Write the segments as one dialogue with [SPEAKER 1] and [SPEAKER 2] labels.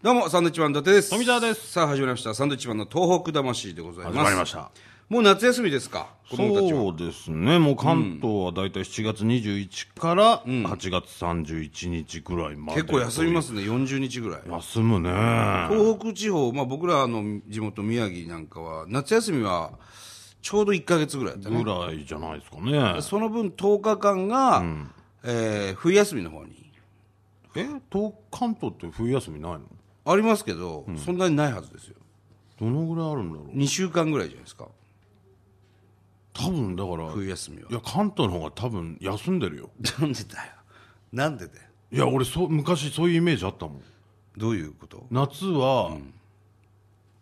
[SPEAKER 1] どうも、サンドイッチマン伊達です。
[SPEAKER 2] 富澤です。
[SPEAKER 1] さあ、始まりました。サンドイッチマンの東北魂でございます。
[SPEAKER 2] 始まりました。
[SPEAKER 1] もう夏休みですか子供たちは。
[SPEAKER 2] そうですね、もう関東はだいたい7月21から8月31日ぐらいまで、
[SPEAKER 1] 結構休みますね、40日ぐらい。
[SPEAKER 2] 休むね、
[SPEAKER 1] 東北地方、まあ僕らの地元宮城なんかは、夏休みはちょうど1ヶ月ぐらいだったね。
[SPEAKER 2] ぐらいじゃないですかね、
[SPEAKER 1] その分10日間が、えー冬休みの方に。
[SPEAKER 2] え東関東って冬休みないの、
[SPEAKER 1] ありますけど、そんなにないはずですよ。
[SPEAKER 2] どのぐらいあるんだろう、
[SPEAKER 1] 2週間ぐらいじゃないですか。
[SPEAKER 2] 多分だから、
[SPEAKER 1] 冬休みは。
[SPEAKER 2] いや、関東の方が多分休んでるよ、
[SPEAKER 1] なんでだよ。なんでだよ。
[SPEAKER 2] いや、俺そう、昔そういうイメージあったもん、
[SPEAKER 1] どういうこと
[SPEAKER 2] 夏は、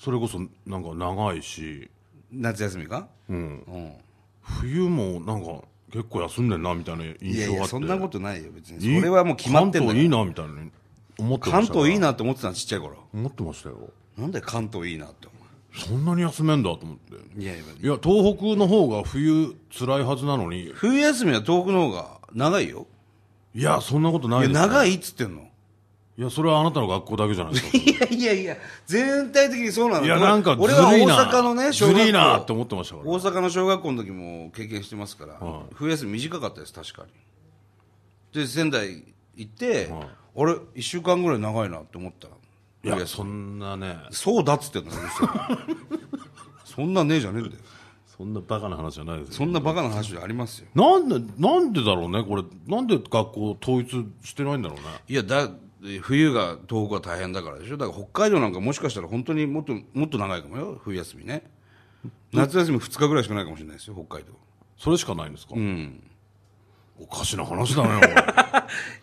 [SPEAKER 2] それこそなんか長いし、
[SPEAKER 1] 夏休みか
[SPEAKER 2] 冬もなんか、結構休んでんなみたいな印
[SPEAKER 1] いや
[SPEAKER 2] 象
[SPEAKER 1] い
[SPEAKER 2] があ
[SPEAKER 1] や、
[SPEAKER 2] って。
[SPEAKER 1] そんなことないよ、別に。それはもう決まってんだ
[SPEAKER 2] 関
[SPEAKER 1] よ
[SPEAKER 2] 東いいなみたいに思ってま
[SPEAKER 1] 関
[SPEAKER 2] した
[SPEAKER 1] 東いいなって思ってたのちっちゃい頃
[SPEAKER 2] 思ってましたよ
[SPEAKER 1] なんで関東いいなって
[SPEAKER 2] そんなに休めんだと思って
[SPEAKER 1] 思ういやいや
[SPEAKER 2] いや東北の方が冬辛いはずなのに
[SPEAKER 1] 冬休みは東北の方が長いよ
[SPEAKER 2] いやそんなことない
[SPEAKER 1] い
[SPEAKER 2] で
[SPEAKER 1] や
[SPEAKER 2] すい
[SPEAKER 1] 長いっつってんの
[SPEAKER 2] やそれはあなたの学校だけじゃないですか
[SPEAKER 1] いやいやいや全体的にそうなの
[SPEAKER 2] いやなんかず
[SPEAKER 1] 俺は
[SPEAKER 2] るいな
[SPEAKER 1] 大阪のね小
[SPEAKER 2] ず
[SPEAKER 1] 学校
[SPEAKER 2] るいなって思ってましたから
[SPEAKER 1] 大阪の小学校の時も経験してますから、冬休み短かったです確かにで仙台行って、あれ1週間ぐらい長いなって思ったら
[SPEAKER 2] いやそんなね
[SPEAKER 1] そうだっつってんのうるせ えそんなねえじゃねえんだよ
[SPEAKER 2] そんなバカな話じゃないです
[SPEAKER 1] そ
[SPEAKER 2] よ
[SPEAKER 1] んなバカな話じゃありますよ
[SPEAKER 2] なんでなんでだろうねこれなんで学校統一してないんだろうね
[SPEAKER 1] いやだ冬が東北は大変だからでしょだから北海道なんかもしかしたら本当にもっともっと長いかもよ冬休みね夏休み2日ぐらいしかないかもしれないですよ北海道
[SPEAKER 2] それしかないんですかおかしな話だね これ
[SPEAKER 1] い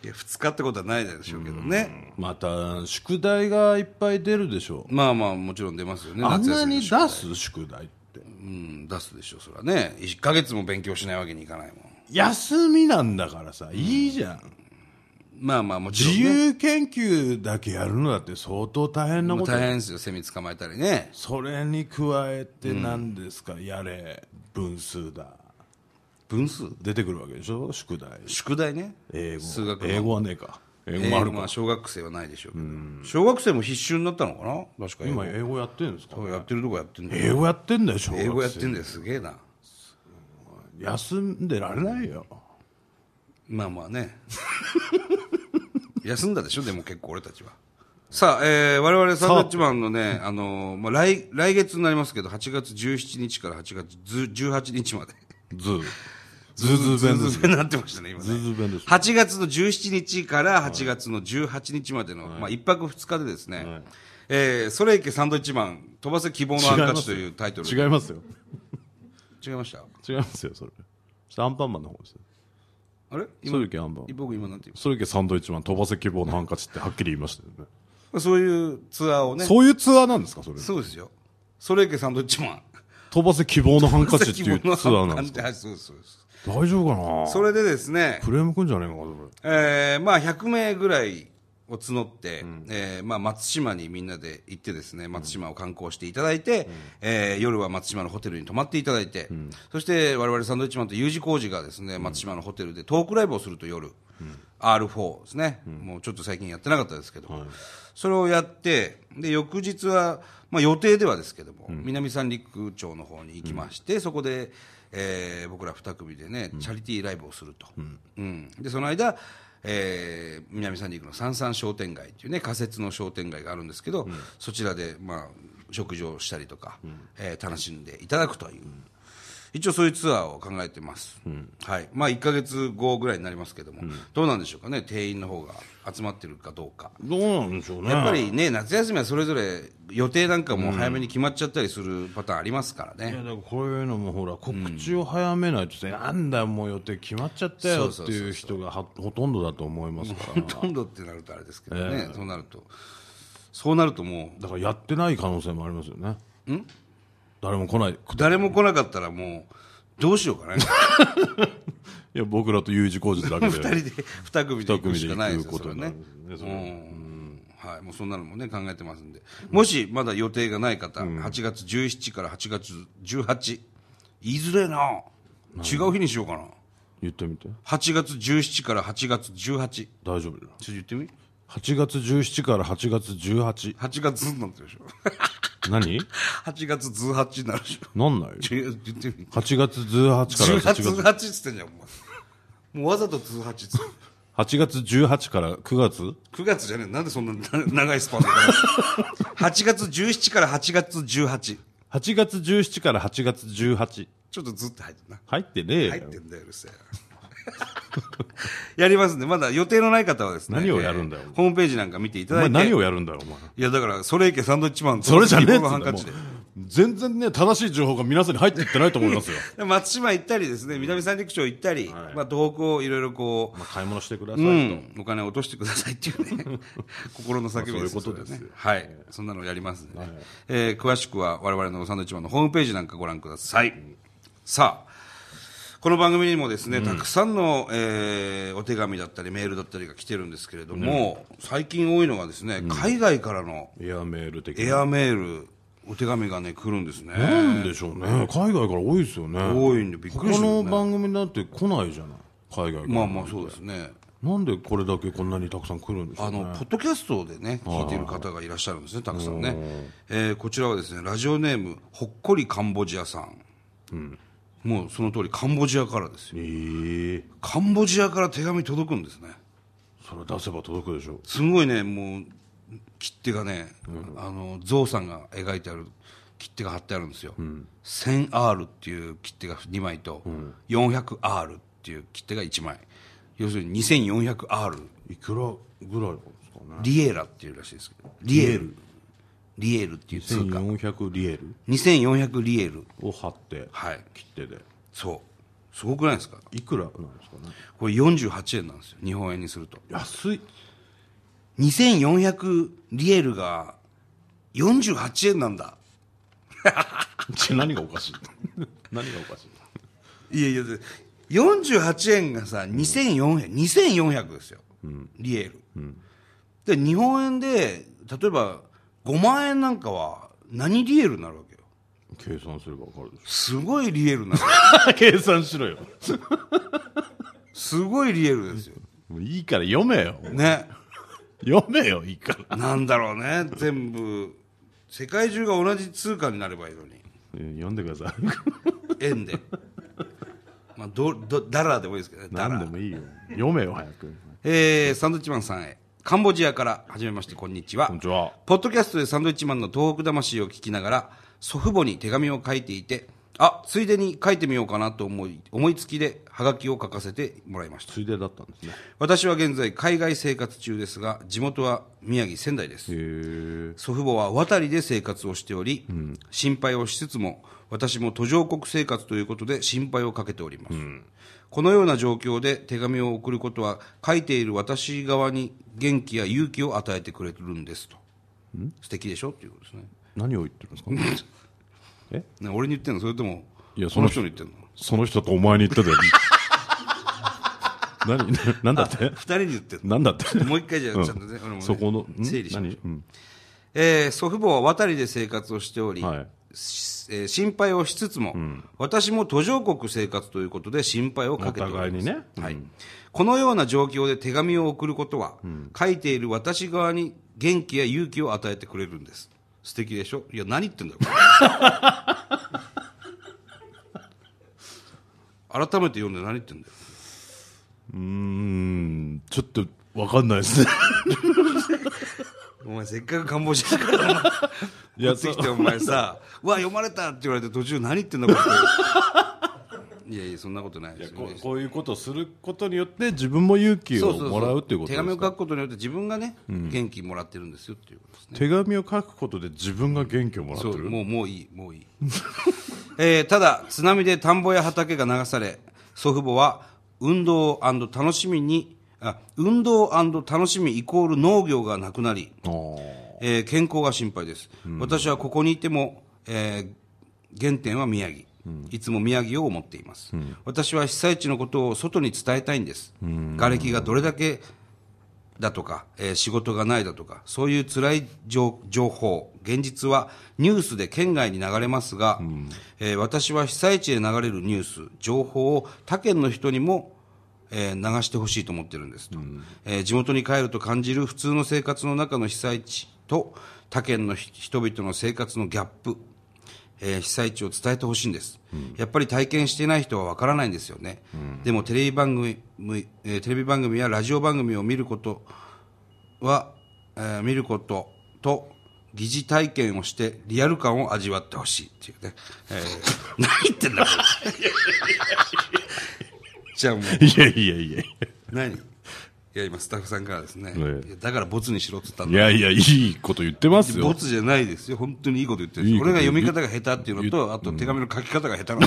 [SPEAKER 1] や2日ってことはないでしょうけどね
[SPEAKER 2] また宿題がいっぱい出るでしょ
[SPEAKER 1] まあまあもちろん出ますよね
[SPEAKER 2] あん
[SPEAKER 1] 夏
[SPEAKER 2] な
[SPEAKER 1] 休み
[SPEAKER 2] に
[SPEAKER 1] の宿
[SPEAKER 2] 出す宿題っ
[SPEAKER 1] う
[SPEAKER 2] て
[SPEAKER 1] ん出すでしょうそれはね1か月も勉強しないわけにいかないもん
[SPEAKER 2] 休みなんだからさいいじゃん、
[SPEAKER 1] まあまあもちろん、ね、
[SPEAKER 2] 自由研究だけやるのだって相当大変な
[SPEAKER 1] も
[SPEAKER 2] こ
[SPEAKER 1] う
[SPEAKER 2] と
[SPEAKER 1] 大変ですよセミ捕まえたりね
[SPEAKER 2] それに加えて何ですか、やれ分数だ
[SPEAKER 1] 分数
[SPEAKER 2] 出てくるわけでしょ宿題
[SPEAKER 1] 宿題ね
[SPEAKER 2] 英語
[SPEAKER 1] 数学の
[SPEAKER 2] 英語はねえか英語
[SPEAKER 1] 英
[SPEAKER 2] もあ
[SPEAKER 1] 語
[SPEAKER 2] るか
[SPEAKER 1] まあ小学生はないでしょうけど小学生も必修になったのかな確か英語
[SPEAKER 2] 今英語やってるんですか
[SPEAKER 1] やってるとこやってんだよ
[SPEAKER 2] 英語やってんだよ小学生
[SPEAKER 1] 英語やってんだよすげえな
[SPEAKER 2] 休んでられないよ
[SPEAKER 1] まあまあね 休んだでしょでも結構俺たちはさあ、えー、我々サンドウィッチマンのね、あのーまあ、来来月になりますけど8月17日から8月18日まで
[SPEAKER 2] ズーズーズー弁です
[SPEAKER 1] ずっとなってましたね今ね
[SPEAKER 2] ズーズー弁です
[SPEAKER 1] 8月の17日から8月の18日までの、まあ、1泊2日でですね、えー、ソレイケサンドウィッチマン飛ばせ希望のハンカチというタイトル
[SPEAKER 2] 違いますよ
[SPEAKER 1] 違いました
[SPEAKER 2] 違いますよそれアンパンマンの方ですよ
[SPEAKER 1] あれ
[SPEAKER 2] そ
[SPEAKER 1] 今
[SPEAKER 2] れけアンパン
[SPEAKER 1] 僕今なんて言いま
[SPEAKER 2] それけサンドイッチマン飛ばせ希望のハンカチってはっきり言いましたよね
[SPEAKER 1] したそういうツアーをね
[SPEAKER 2] そういうツアーなんですかそれ
[SPEAKER 1] そうですよ。それいけサンドウィッチマン。
[SPEAKER 2] 飛ばせ希望のハンカチっていうツアーなん ですか
[SPEAKER 1] はい そうですそうです
[SPEAKER 2] 大丈夫かな
[SPEAKER 1] それでですね、
[SPEAKER 2] クレームくんじゃねえのかそれ
[SPEAKER 1] えーまあ100名ぐらいを募って、えーまあ松島にみんなで行ってですね、松島を観光していただいて、えー夜は松島のホテルに泊まっていただいて、そして我々サンドウィッチマンと U 字工事がですね、松島のホテルでトークライブをすると夜、R4 ですね、もうちょっと最近やってなかったですけど、それをやって、で、翌日は、まあ予定ではですけども、南三陸町の方に行きまして、そこで、えー僕ら2組でね、チャリティーライブをすると。うんで、その間、えー南三陸の三三商店街っていうね、仮設の商店街があるんですけど、そちらで、まあ、食事をしたりとか、えー楽しんでいただくという。一応そういうツアーを考えてます、はいまあ、1か月後ぐらいになりますけども、どうなんでしょうかね、定員の方が集まってるかどうか、
[SPEAKER 2] どうなんでしょうね
[SPEAKER 1] やっぱりね、夏休みはそれぞれ予定なんかも早めに決まっちゃったりするパターンありますから
[SPEAKER 2] いや
[SPEAKER 1] ね、
[SPEAKER 2] だからこういうのもほら告知を早めないとさ、なんだよもう予定決まっちゃったよっていう人がはほとんどだと思います か
[SPEAKER 1] ほ
[SPEAKER 2] ら
[SPEAKER 1] とんどってなるとあれですけどね、そうなると、そうなるとも、
[SPEAKER 2] だからやってない可能性もありますよね誰も来ないう
[SPEAKER 1] 誰も来なかったらもう、どうしよう かね、
[SPEAKER 2] いや僕らと U 字工事だけで
[SPEAKER 1] 2人で2組で行くしかないですよ、
[SPEAKER 2] 二
[SPEAKER 1] それはね
[SPEAKER 2] 組で行く。ことになりますよねそれは
[SPEAKER 1] うんはい、もうそんなのもね考えてますんで、もしまだ予定がない方、8月17から8月18言いづれえな違う日にしようかな
[SPEAKER 2] 言ってみて
[SPEAKER 1] 8月17から8月18ちょっ
[SPEAKER 2] 大丈夫だよ
[SPEAKER 1] と言ってみ
[SPEAKER 2] 8月17から8月18
[SPEAKER 1] 8月になってるでしょ。
[SPEAKER 2] 何
[SPEAKER 1] 8月18になるでしょ。
[SPEAKER 2] なんない
[SPEAKER 1] ちょ言ってみ
[SPEAKER 2] 8月18から
[SPEAKER 1] 10月
[SPEAKER 2] 8月
[SPEAKER 1] 18っつってんじゃん、お前。もうわざと18っつって。
[SPEAKER 2] 8月18から9月
[SPEAKER 1] 9月じゃねえ。なんでそんなな長いスパンで話す ?8 月17から8月18。
[SPEAKER 2] 8月17から8月18
[SPEAKER 1] ちょっとずっと入ってんな。
[SPEAKER 2] 入ってねえよ
[SPEAKER 1] 入ってんだよ、うるせえ。やりますんで、まだ予定のない方はですね。
[SPEAKER 2] 何をやるんだよ
[SPEAKER 1] えーホームページなんか見ていた
[SPEAKER 2] お
[SPEAKER 1] だい
[SPEAKER 2] 前
[SPEAKER 1] て。
[SPEAKER 2] 何をやるんだよお前
[SPEAKER 1] いや、だから、ソレイケサンドイッチマン、
[SPEAKER 2] それじゃねえっつう
[SPEAKER 1] ボールハン
[SPEAKER 2] んだ
[SPEAKER 1] カ
[SPEAKER 2] よ
[SPEAKER 1] チ
[SPEAKER 2] もう
[SPEAKER 1] で。
[SPEAKER 2] 全然ね正しい情報が皆さんに入っていってないと思いますよ
[SPEAKER 1] で松島行ったりですね、南三陸町行ったり、まあ、東北をいろいろこ
[SPEAKER 2] まあ買い物してくださ
[SPEAKER 1] う、
[SPEAKER 2] いと、
[SPEAKER 1] うん、お金を落としてくださいっていう ね、心の叫びです
[SPEAKER 2] まあそういうこと
[SPEAKER 1] れはね
[SPEAKER 2] ですよ
[SPEAKER 1] はい、そんなのやりますんでね、えー詳しくは我々のサンドイッチマンのホームページなんかご覧ください。さあ、この番組にもですね、たくさんの、えーお手紙だったりメールだったりが来てるんですけれども、最近多いのがですね、海外からの
[SPEAKER 2] エアメール的
[SPEAKER 1] エ
[SPEAKER 2] な
[SPEAKER 1] アメール、お手紙がね、来るんですね。
[SPEAKER 2] なんでしょうね海外から多いですよね
[SPEAKER 1] 多いんでびっくりするよ
[SPEAKER 2] こ
[SPEAKER 1] ね
[SPEAKER 2] の番組だって来ないじゃない海外から、
[SPEAKER 1] まあまあそうですね。
[SPEAKER 2] なんでこれだけこんなにたくさん来るんでしょ
[SPEAKER 1] あ
[SPEAKER 2] うね
[SPEAKER 1] の、ポッドキャストでね、聞いている方がいらっしゃるんですね、たくさんね。えーこちらはですね、ラジオネーム、ほっこりカンボジアさん。もうその通り、カンボジアからですよ。
[SPEAKER 2] ええ
[SPEAKER 1] カンボジアから手紙届くんですね。
[SPEAKER 2] それ出せば届くでしょ
[SPEAKER 1] すごいね、もう、切手がね、あの、ゾウさんが描いてある切手が貼ってあるんですよ。1000R っていう切手が2枚と、400R っていう切手が1枚。要するに 2400R。
[SPEAKER 2] いくらぐらいなんですかね
[SPEAKER 1] リエラっていうらしいですけど。リエル。リエルっていう通貨。
[SPEAKER 2] 1400リエル
[SPEAKER 1] 2400リエル。
[SPEAKER 2] を貼って
[SPEAKER 1] はい。
[SPEAKER 2] 切手で
[SPEAKER 1] そう。すごくないですか
[SPEAKER 2] いくらなんですかね
[SPEAKER 1] これ48円なんですよ。日本円にすると。
[SPEAKER 2] 安い
[SPEAKER 1] 2400リエルが48円なんだ。
[SPEAKER 2] ち何がおかしい 何がおかしい
[SPEAKER 1] いやいや、で48円がさ、2400、2400ですよ。リエル。で、日本円で、例えば5万円なんかは何リエルになるわけよ。
[SPEAKER 2] 計算すればわかるです
[SPEAKER 1] ごいリエルなの。
[SPEAKER 2] しょ 計算しろよ
[SPEAKER 1] すごいリエルですよ。
[SPEAKER 2] もういいから読めよ
[SPEAKER 1] ね。
[SPEAKER 2] 読めよいいから
[SPEAKER 1] なんだろうね、全部、世界中が同じ通貨になればいいのに、
[SPEAKER 2] 読んでくださ
[SPEAKER 1] 円で、まあ、どどダラーでもいいですけどね、
[SPEAKER 2] い
[SPEAKER 1] ダ
[SPEAKER 2] 何で
[SPEAKER 1] ラー
[SPEAKER 2] もいいよ読めよ早く
[SPEAKER 1] えー、サンドイッチマンさんへ、カンボジアから、はじめまして、こんにちは。
[SPEAKER 2] こんにちは
[SPEAKER 1] ポッドキャストでサンドイッチマンの東北魂を聞きながら、祖父母に手紙を書いていて、あ、ついでに書いてみようかなと思い、思いつきで、はがきを書かせてもらいました。
[SPEAKER 2] ついでだったんですね
[SPEAKER 1] 私は現在、海外生活中ですが、地元は宮城仙台です。
[SPEAKER 2] へえ
[SPEAKER 1] 祖父母は渡りで生活をしており、心配をしつつも、私も途上国生活ということで心配をかけております。このような状況で手紙を送ることは、書いている私側に元気や勇気を与えてくれるんですと。素敵でしょっていうことですね。
[SPEAKER 2] 何を言ってるんですか
[SPEAKER 1] ね俺に言ってんのそれとも、
[SPEAKER 2] いやそ
[SPEAKER 1] こ
[SPEAKER 2] の
[SPEAKER 1] の
[SPEAKER 2] 人
[SPEAKER 1] 人に言ってんの
[SPEAKER 2] その人とお前に言ったで 何何だって
[SPEAKER 1] 二人に言ってんの
[SPEAKER 2] 何だって
[SPEAKER 1] もう一回じゃあちゃんとね、俺もね
[SPEAKER 2] そこのん
[SPEAKER 1] 整理しましょう
[SPEAKER 2] 何うん
[SPEAKER 1] えー祖父母は渡りで生活をしており、
[SPEAKER 2] はい
[SPEAKER 1] しえー心配をしつつも、私も途上国生活ということで心配をかけております
[SPEAKER 2] お互いにね
[SPEAKER 1] はいこのような状況で手紙を送ることは、書いている私側に元気や勇気を与えてくれるんです素敵でしょいや何言ってんだよこれ 改めて読んで何言ってんだよ
[SPEAKER 2] うーんちょっとわかんな いですね
[SPEAKER 1] お前せっかくカンボジアから
[SPEAKER 2] いや
[SPEAKER 1] 持ってきてお前さ「うわ読まれた」って言われて途中何言ってんだこれいやいやそんなことないですよ
[SPEAKER 2] こ
[SPEAKER 1] ね
[SPEAKER 2] うこういうことをすることによって自分も勇気
[SPEAKER 1] そ
[SPEAKER 2] を
[SPEAKER 1] そそ
[SPEAKER 2] もらうっていうこと
[SPEAKER 1] 手
[SPEAKER 2] です
[SPEAKER 1] 紙を
[SPEAKER 2] か
[SPEAKER 1] 書くことによって自分がね、元気もらってるんですよっていうことですね
[SPEAKER 2] 手紙を書くことで自分が元気をもらって
[SPEAKER 1] そう
[SPEAKER 2] る
[SPEAKER 1] もうもういいもうい い、えーただ津波で田んぼや畑が流され祖父母は運動楽しみにあ運動楽しみイコール農業がなくなり
[SPEAKER 2] あー
[SPEAKER 1] えー健康が心配です、私はここにいても、えー原点は宮城、いつも宮城を思っています、私は被災地のことを外に伝えたいんです、瓦礫がどれだけだとか、えー仕事がないだとか、そういう辛い情情報、現実はニュースで県外に流れますが、えー私は被災地で流れるニュース、情報を他県の人にも、えー流してほしいと思ってるんですと、えー地元に帰ると感じる普通の生活の中の被災地と他県のひ人々の生活のギャップ、えー被災地を伝えてほしいんです、やっぱり体験していない人はわからないんですよね、でもテレビ番組、えーテレビ番組やラジオ番組を見ることは、えー見ることと疑似体験をしてリアル感を味わってほしいっていうね、えー何言ってんだこれじゃあもう
[SPEAKER 2] いやいやいやい
[SPEAKER 1] 何いや今スタッフさんからですね、
[SPEAKER 2] ええ
[SPEAKER 1] いやだからボツにしろって言ったんだ
[SPEAKER 2] やいやいやいいこと言ってます
[SPEAKER 1] ボ
[SPEAKER 2] よ
[SPEAKER 1] ツじゃないですよ本当にいいこと言ってるんです
[SPEAKER 2] いいこ
[SPEAKER 1] 俺
[SPEAKER 2] と
[SPEAKER 1] が読み方が下手っていうのとあと手紙の書き方が下手 なの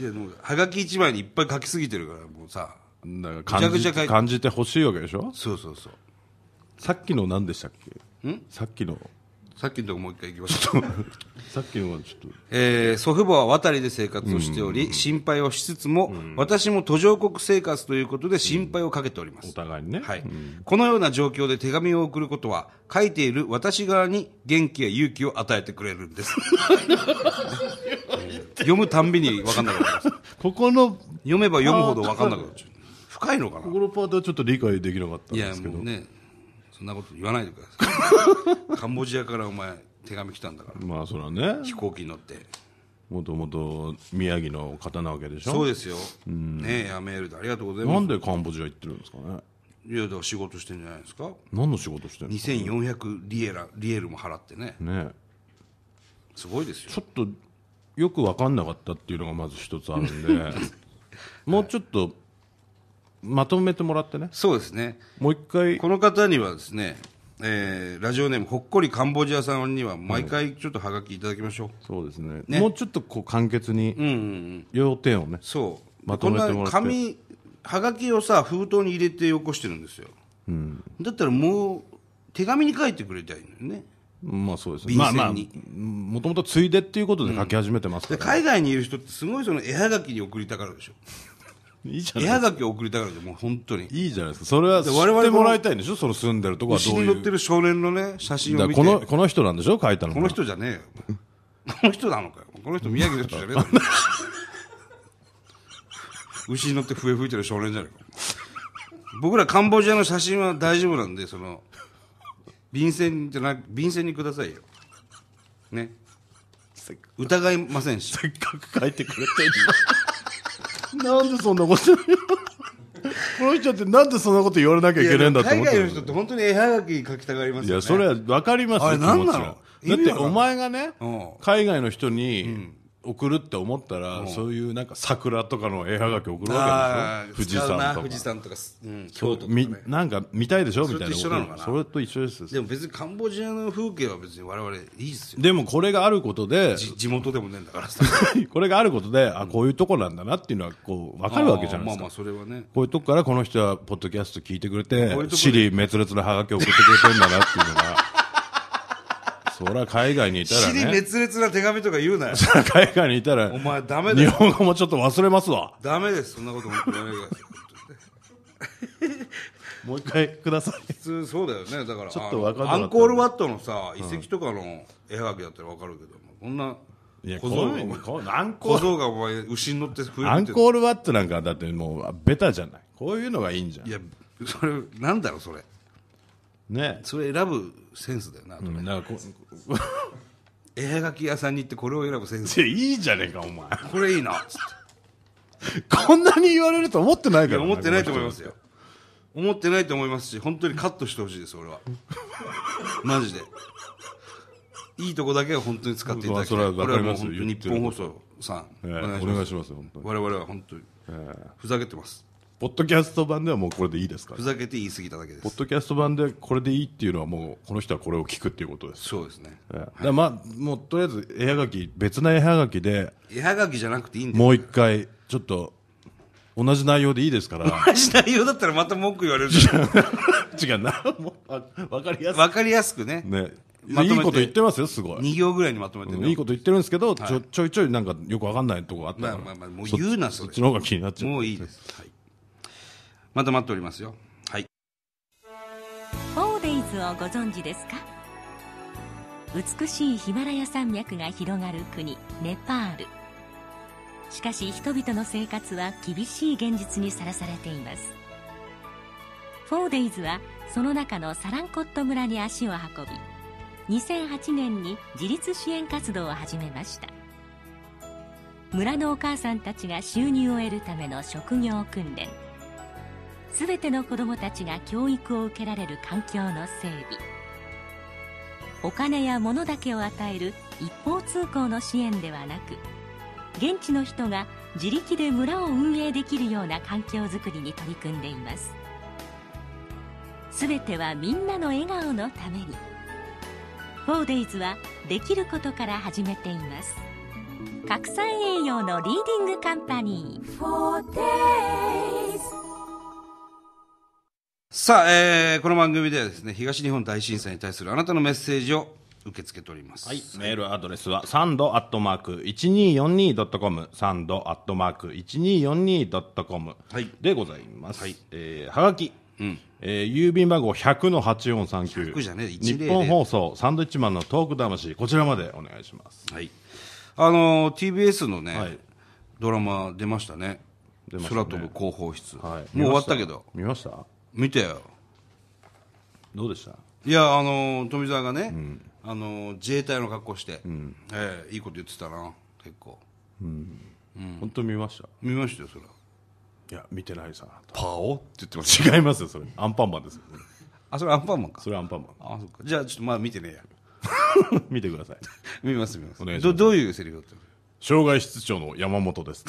[SPEAKER 1] いやでもはがき一枚にいっぱい書きすぎてるからもうさ
[SPEAKER 2] だか
[SPEAKER 1] ぐちゃぐちゃ
[SPEAKER 2] ら感じ
[SPEAKER 1] 書いて
[SPEAKER 2] 感じてほしいわけでしょ
[SPEAKER 1] そうそうそう
[SPEAKER 2] さっきの何でしたっけさっきの
[SPEAKER 1] さっきのとこもう一回行きまし ょう
[SPEAKER 2] さっきのはちょっと
[SPEAKER 1] えー祖父母は渡りで生活をしており、心配をしつつも、私も途上国生活ということで心配をかけております
[SPEAKER 2] お。互いにね、
[SPEAKER 1] はい、このような状況で手紙を送ることは、書いている私側に元気や勇気を与えてくれるんです。 読むたんびに分かんなくなります。
[SPEAKER 2] ここの
[SPEAKER 1] 読めば読むほど分かんなくなっちゃう。深いのかな
[SPEAKER 2] ここのパートはちょっと理解できなかったん
[SPEAKER 1] い
[SPEAKER 2] で
[SPEAKER 1] や、
[SPEAKER 2] すけど
[SPEAKER 1] もうね、そんなこと言わないでください。カンボジアからお前、手紙来たんだから、
[SPEAKER 2] まあそれはね
[SPEAKER 1] 飛行機に乗って。
[SPEAKER 2] もともと宮城の方なわけでしょ
[SPEAKER 1] そうですよ。ねえ、やメールでありがとうございます
[SPEAKER 2] な。んでカンボジア行ってるんですかね
[SPEAKER 1] いやだから仕事してんじゃないですか
[SPEAKER 2] 何の仕事してるんですか
[SPEAKER 1] 2400リエラリエルも払ってね
[SPEAKER 2] ね
[SPEAKER 1] すごいですよ
[SPEAKER 2] ちょっとよく分かんなかったっていうのがまず一つあるん でもうちょっとまとめてもらってね
[SPEAKER 1] そうですね
[SPEAKER 2] もう一回
[SPEAKER 1] この方にはですね、えーラジオネームほっこりカンボジアさんには毎回ちょっとハガキいただきましょう、
[SPEAKER 2] そうですねもうちょっとこう簡潔
[SPEAKER 1] うん
[SPEAKER 2] に
[SPEAKER 1] うんうん
[SPEAKER 2] 要点をね、
[SPEAKER 1] そう
[SPEAKER 2] まとめてもらって
[SPEAKER 1] こんな紙ハガキをさ封筒に入れてよこしてるんですよ、だったらもう手紙に書いてくれたらいいのよね
[SPEAKER 2] まあそうですね
[SPEAKER 1] 便
[SPEAKER 2] まあ
[SPEAKER 1] 箋に
[SPEAKER 2] まあもともとついでっていうことで書き始めてます
[SPEAKER 1] で
[SPEAKER 2] から、
[SPEAKER 1] 海外にいる人ってすごいその絵はがきに送りたがるでしょ
[SPEAKER 2] いいじゃ
[SPEAKER 1] 絵
[SPEAKER 2] ない
[SPEAKER 1] はがきを送りたがるでもう本当に
[SPEAKER 2] いいじゃないですかそれは知
[SPEAKER 1] 我々この
[SPEAKER 2] ってもらいたいんでしょその住んでるとこは
[SPEAKER 1] 牛
[SPEAKER 2] どう
[SPEAKER 1] に
[SPEAKER 2] い
[SPEAKER 1] 乗って
[SPEAKER 2] う
[SPEAKER 1] る少年のね写真
[SPEAKER 2] だ
[SPEAKER 1] を
[SPEAKER 2] から
[SPEAKER 1] 見
[SPEAKER 2] こ
[SPEAKER 1] て
[SPEAKER 2] のこの人なんでしょ書いたのが
[SPEAKER 1] この人じゃねえよ。この人なのかよ。この人宮城の人じゃねえ だろ。牛に乗って笛吹いてる少年じゃねえか。僕らカンボジアの写真は大丈夫なんで、その、便箋じゃなく、便箋にくださいよ。ね。疑いませんし。
[SPEAKER 2] せっかく書いてくれてんのなんでそんなこと言うのこの人ってなんでそんなこと言われなきゃいけないんだと思
[SPEAKER 1] 海
[SPEAKER 2] って
[SPEAKER 1] 外
[SPEAKER 2] る
[SPEAKER 1] の人って本当に絵はがき書きたがりますよね。
[SPEAKER 2] いやそれは分かりますよ
[SPEAKER 1] あれ
[SPEAKER 2] 気持ちは
[SPEAKER 1] なんなの意
[SPEAKER 2] だっ
[SPEAKER 1] 味
[SPEAKER 2] て
[SPEAKER 1] わかんない
[SPEAKER 2] お前がね
[SPEAKER 1] うん
[SPEAKER 2] 海外の人に送るって思ったら、そういうなんか桜とかの絵はがき送るわ
[SPEAKER 1] あ
[SPEAKER 2] け
[SPEAKER 1] ー
[SPEAKER 2] でしょ富士
[SPEAKER 1] 使うな
[SPEAKER 2] 山と
[SPEAKER 1] 富士
[SPEAKER 2] か
[SPEAKER 1] 山とか、うん、京都とか、
[SPEAKER 2] み
[SPEAKER 1] ね。
[SPEAKER 2] なんか見たいでしょみたい
[SPEAKER 1] それ
[SPEAKER 2] な
[SPEAKER 1] と一緒なのかな
[SPEAKER 2] それと一緒です
[SPEAKER 1] でも別にカンボジアの風景は別に我々いいですよ。
[SPEAKER 2] でもこれがあることで
[SPEAKER 1] じ地元でもねえんだからさ。
[SPEAKER 2] これがあることであこういうとこなんだなっていうのはこう分かるわけじゃないですか、
[SPEAKER 1] あーまあまあそれはね
[SPEAKER 2] こういうとこからこの人はポッドキャスト聞いてくれ
[SPEAKER 1] こ
[SPEAKER 2] て
[SPEAKER 1] ういうとこ、で
[SPEAKER 2] シリ滅裂なハガキを送ってくれてんだなっていうのが、そりゃ海外にいたら
[SPEAKER 1] 尻
[SPEAKER 2] ね、
[SPEAKER 1] 滅裂な手紙とか言う なよ
[SPEAKER 2] 海外にいたら
[SPEAKER 1] お、前ダメだ
[SPEAKER 2] 日
[SPEAKER 1] よ
[SPEAKER 2] 本語もちょっと忘れますわ。
[SPEAKER 1] ダメですそんなこと本当にやめてください
[SPEAKER 2] もう一回ください。
[SPEAKER 1] 普通そうだよねだから
[SPEAKER 2] ちょっとわかんなかった
[SPEAKER 1] あのアンコールワットのさ遺跡とかの絵はがきだったらわかるけど、こんない
[SPEAKER 2] や、
[SPEAKER 1] 小
[SPEAKER 2] こ
[SPEAKER 1] 僧
[SPEAKER 2] の
[SPEAKER 1] が
[SPEAKER 2] このアンコ
[SPEAKER 1] 小
[SPEAKER 2] ール、
[SPEAKER 1] 僧がお前牛に乗って増
[SPEAKER 2] ア
[SPEAKER 1] え
[SPEAKER 2] ン
[SPEAKER 1] て
[SPEAKER 2] コールワットなんかだってもうベタじゃない。こういうのがいいんじゃん
[SPEAKER 1] い。やそれなんだろうそれ
[SPEAKER 2] ね。
[SPEAKER 1] それ選ぶセンスだよな、
[SPEAKER 2] うんなんかこ
[SPEAKER 1] 絵はがき屋さんに行ってこれを選ぶセンス
[SPEAKER 2] いやいいじゃねえか、お前。
[SPEAKER 1] これいいなつって
[SPEAKER 2] こんなに言われると思ってない
[SPEAKER 1] い
[SPEAKER 2] か
[SPEAKER 1] や
[SPEAKER 2] ら
[SPEAKER 1] 思ってないと思いますよ思ってないと思いますし本当にカットしてほしいです俺は マジでいいとこだけは本当に使っていただきたい
[SPEAKER 2] まあそれは分
[SPEAKER 1] これ
[SPEAKER 2] か
[SPEAKER 1] は
[SPEAKER 2] り
[SPEAKER 1] もう
[SPEAKER 2] ます
[SPEAKER 1] 本当に日本放送さん、
[SPEAKER 2] ええ
[SPEAKER 1] お
[SPEAKER 2] お
[SPEAKER 1] 願
[SPEAKER 2] 願
[SPEAKER 1] い
[SPEAKER 2] い
[SPEAKER 1] し
[SPEAKER 2] し
[SPEAKER 1] ま
[SPEAKER 2] ますすよ本当に
[SPEAKER 1] 我々は本当に、ふざけてます
[SPEAKER 2] ポッドキャスト版ではもうこれでいいですから
[SPEAKER 1] ふざけて言い過ぎただけで
[SPEAKER 2] ポッ
[SPEAKER 1] す
[SPEAKER 2] ドキャスト版でこれでいいっていうのはもうこの人はこれを聞くっていうことです、
[SPEAKER 1] そうですね
[SPEAKER 2] ええだからまあもうとりあえず絵はがき別な絵はがきで
[SPEAKER 1] 絵はがきじゃなくていいんだよ
[SPEAKER 2] もう一回ちょっと同じ内容でいいですから
[SPEAKER 1] 同じ内容だったらまた文句言 われるじゃん
[SPEAKER 2] 違 うなもうわわかりやす
[SPEAKER 1] 分かりやすくね
[SPEAKER 2] い、ね、
[SPEAKER 1] まとめて
[SPEAKER 2] いいこと言ってますよすごい、
[SPEAKER 1] 2行ぐらいにまとめてね、
[SPEAKER 2] いいこと言ってるんですけど、ちょちょいちょいなんかよくわかんないとこがあったか
[SPEAKER 1] ま
[SPEAKER 2] ら、
[SPEAKER 1] あまあまあもう言うなそ
[SPEAKER 2] そ
[SPEAKER 1] れ
[SPEAKER 2] っちの方が気になっちゃう
[SPEAKER 1] もういいです、はい、また待っておりますよはい
[SPEAKER 3] フォーデイズをご存知ですか美しいヒマラヤ山脈が広がる国ネパールしかし人々の生活は厳しい現実にさらされていますフォーデイズはその中のサランコット村に足を運び2008年に自立支援活動を始めました村のお母さんたちが収入を得るための職業訓練全ての子どもたちが教育を受けられる環境の整備お金や物だけを与える一方通行の支援ではなく現地の人が自力で村を運営できるような環境づくりに取り組んでいます全てはみんなの笑顔のために 4days はできることから始めています拡散栄養のリーディングカンパニー
[SPEAKER 1] さあ、えーこの番組ではですね東日本大震災に対するあなたのメッセージを受け付けております、
[SPEAKER 2] はい、メールアドレスはサンドアットマーク 1242.com サンドアットマーク 1242.com
[SPEAKER 1] はい
[SPEAKER 2] でございます、
[SPEAKER 1] はい
[SPEAKER 2] えーはがき、えー郵便番号100の8439
[SPEAKER 1] 100じゃねえ100
[SPEAKER 2] 日本放送サンドイッチマンのトーク魂こちらまでお願いします
[SPEAKER 1] はい、あの TBS のね、
[SPEAKER 2] はい
[SPEAKER 1] ドラマ出ましたね
[SPEAKER 2] 出ましたね
[SPEAKER 1] 空飛ぶ広報室、
[SPEAKER 2] はい
[SPEAKER 1] もう終わったけど
[SPEAKER 2] 見ました見まし
[SPEAKER 1] 見てよ
[SPEAKER 2] たどうでした
[SPEAKER 1] いやあの富澤がね、あの自衛隊の格好して、ええいいこと言ってたな結構
[SPEAKER 2] 本当見ました
[SPEAKER 1] 見ましたよそれはい
[SPEAKER 2] や見てないさ
[SPEAKER 1] パオって言ってまし
[SPEAKER 2] 違いますよそれアンパンマンですよ
[SPEAKER 1] あそれアンパンマンか
[SPEAKER 2] それアンパンマ
[SPEAKER 1] あそっかじゃあちょっとまだ見てねえや
[SPEAKER 2] ン 見てください
[SPEAKER 1] 見ます見ます
[SPEAKER 2] お願いしま
[SPEAKER 1] ど
[SPEAKER 2] す
[SPEAKER 1] どういうセリフだったの
[SPEAKER 2] 障害室長の山本です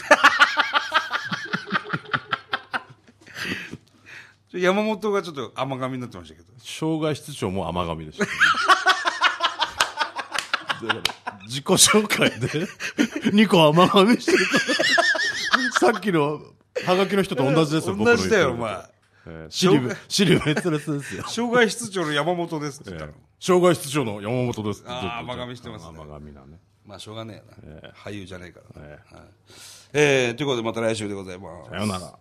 [SPEAKER 1] ちょ山本がちょっと甘噛みになってましたけど
[SPEAKER 2] 障害室長も甘噛みでした、だから 自己紹介で2個甘噛みしてるから さっきのハガキの人と同じですよ僕の
[SPEAKER 1] 同
[SPEAKER 2] 言
[SPEAKER 1] じ
[SPEAKER 2] って
[SPEAKER 1] だ
[SPEAKER 2] る
[SPEAKER 1] よ
[SPEAKER 2] こ
[SPEAKER 1] お
[SPEAKER 2] と
[SPEAKER 1] 前
[SPEAKER 2] えーシリ ブシリ滅裂ですよ、
[SPEAKER 1] 障害室長の山本ですって
[SPEAKER 2] え
[SPEAKER 1] 言ったの
[SPEAKER 2] ー、障害室長の山本です
[SPEAKER 1] あー
[SPEAKER 2] ちょっと
[SPEAKER 1] 甘噛みしてますね
[SPEAKER 2] 甘噛みなね
[SPEAKER 1] まあしょうがねえな、俳優じゃねえから、
[SPEAKER 2] え
[SPEAKER 1] えーということでまた来週でございます
[SPEAKER 2] さよなら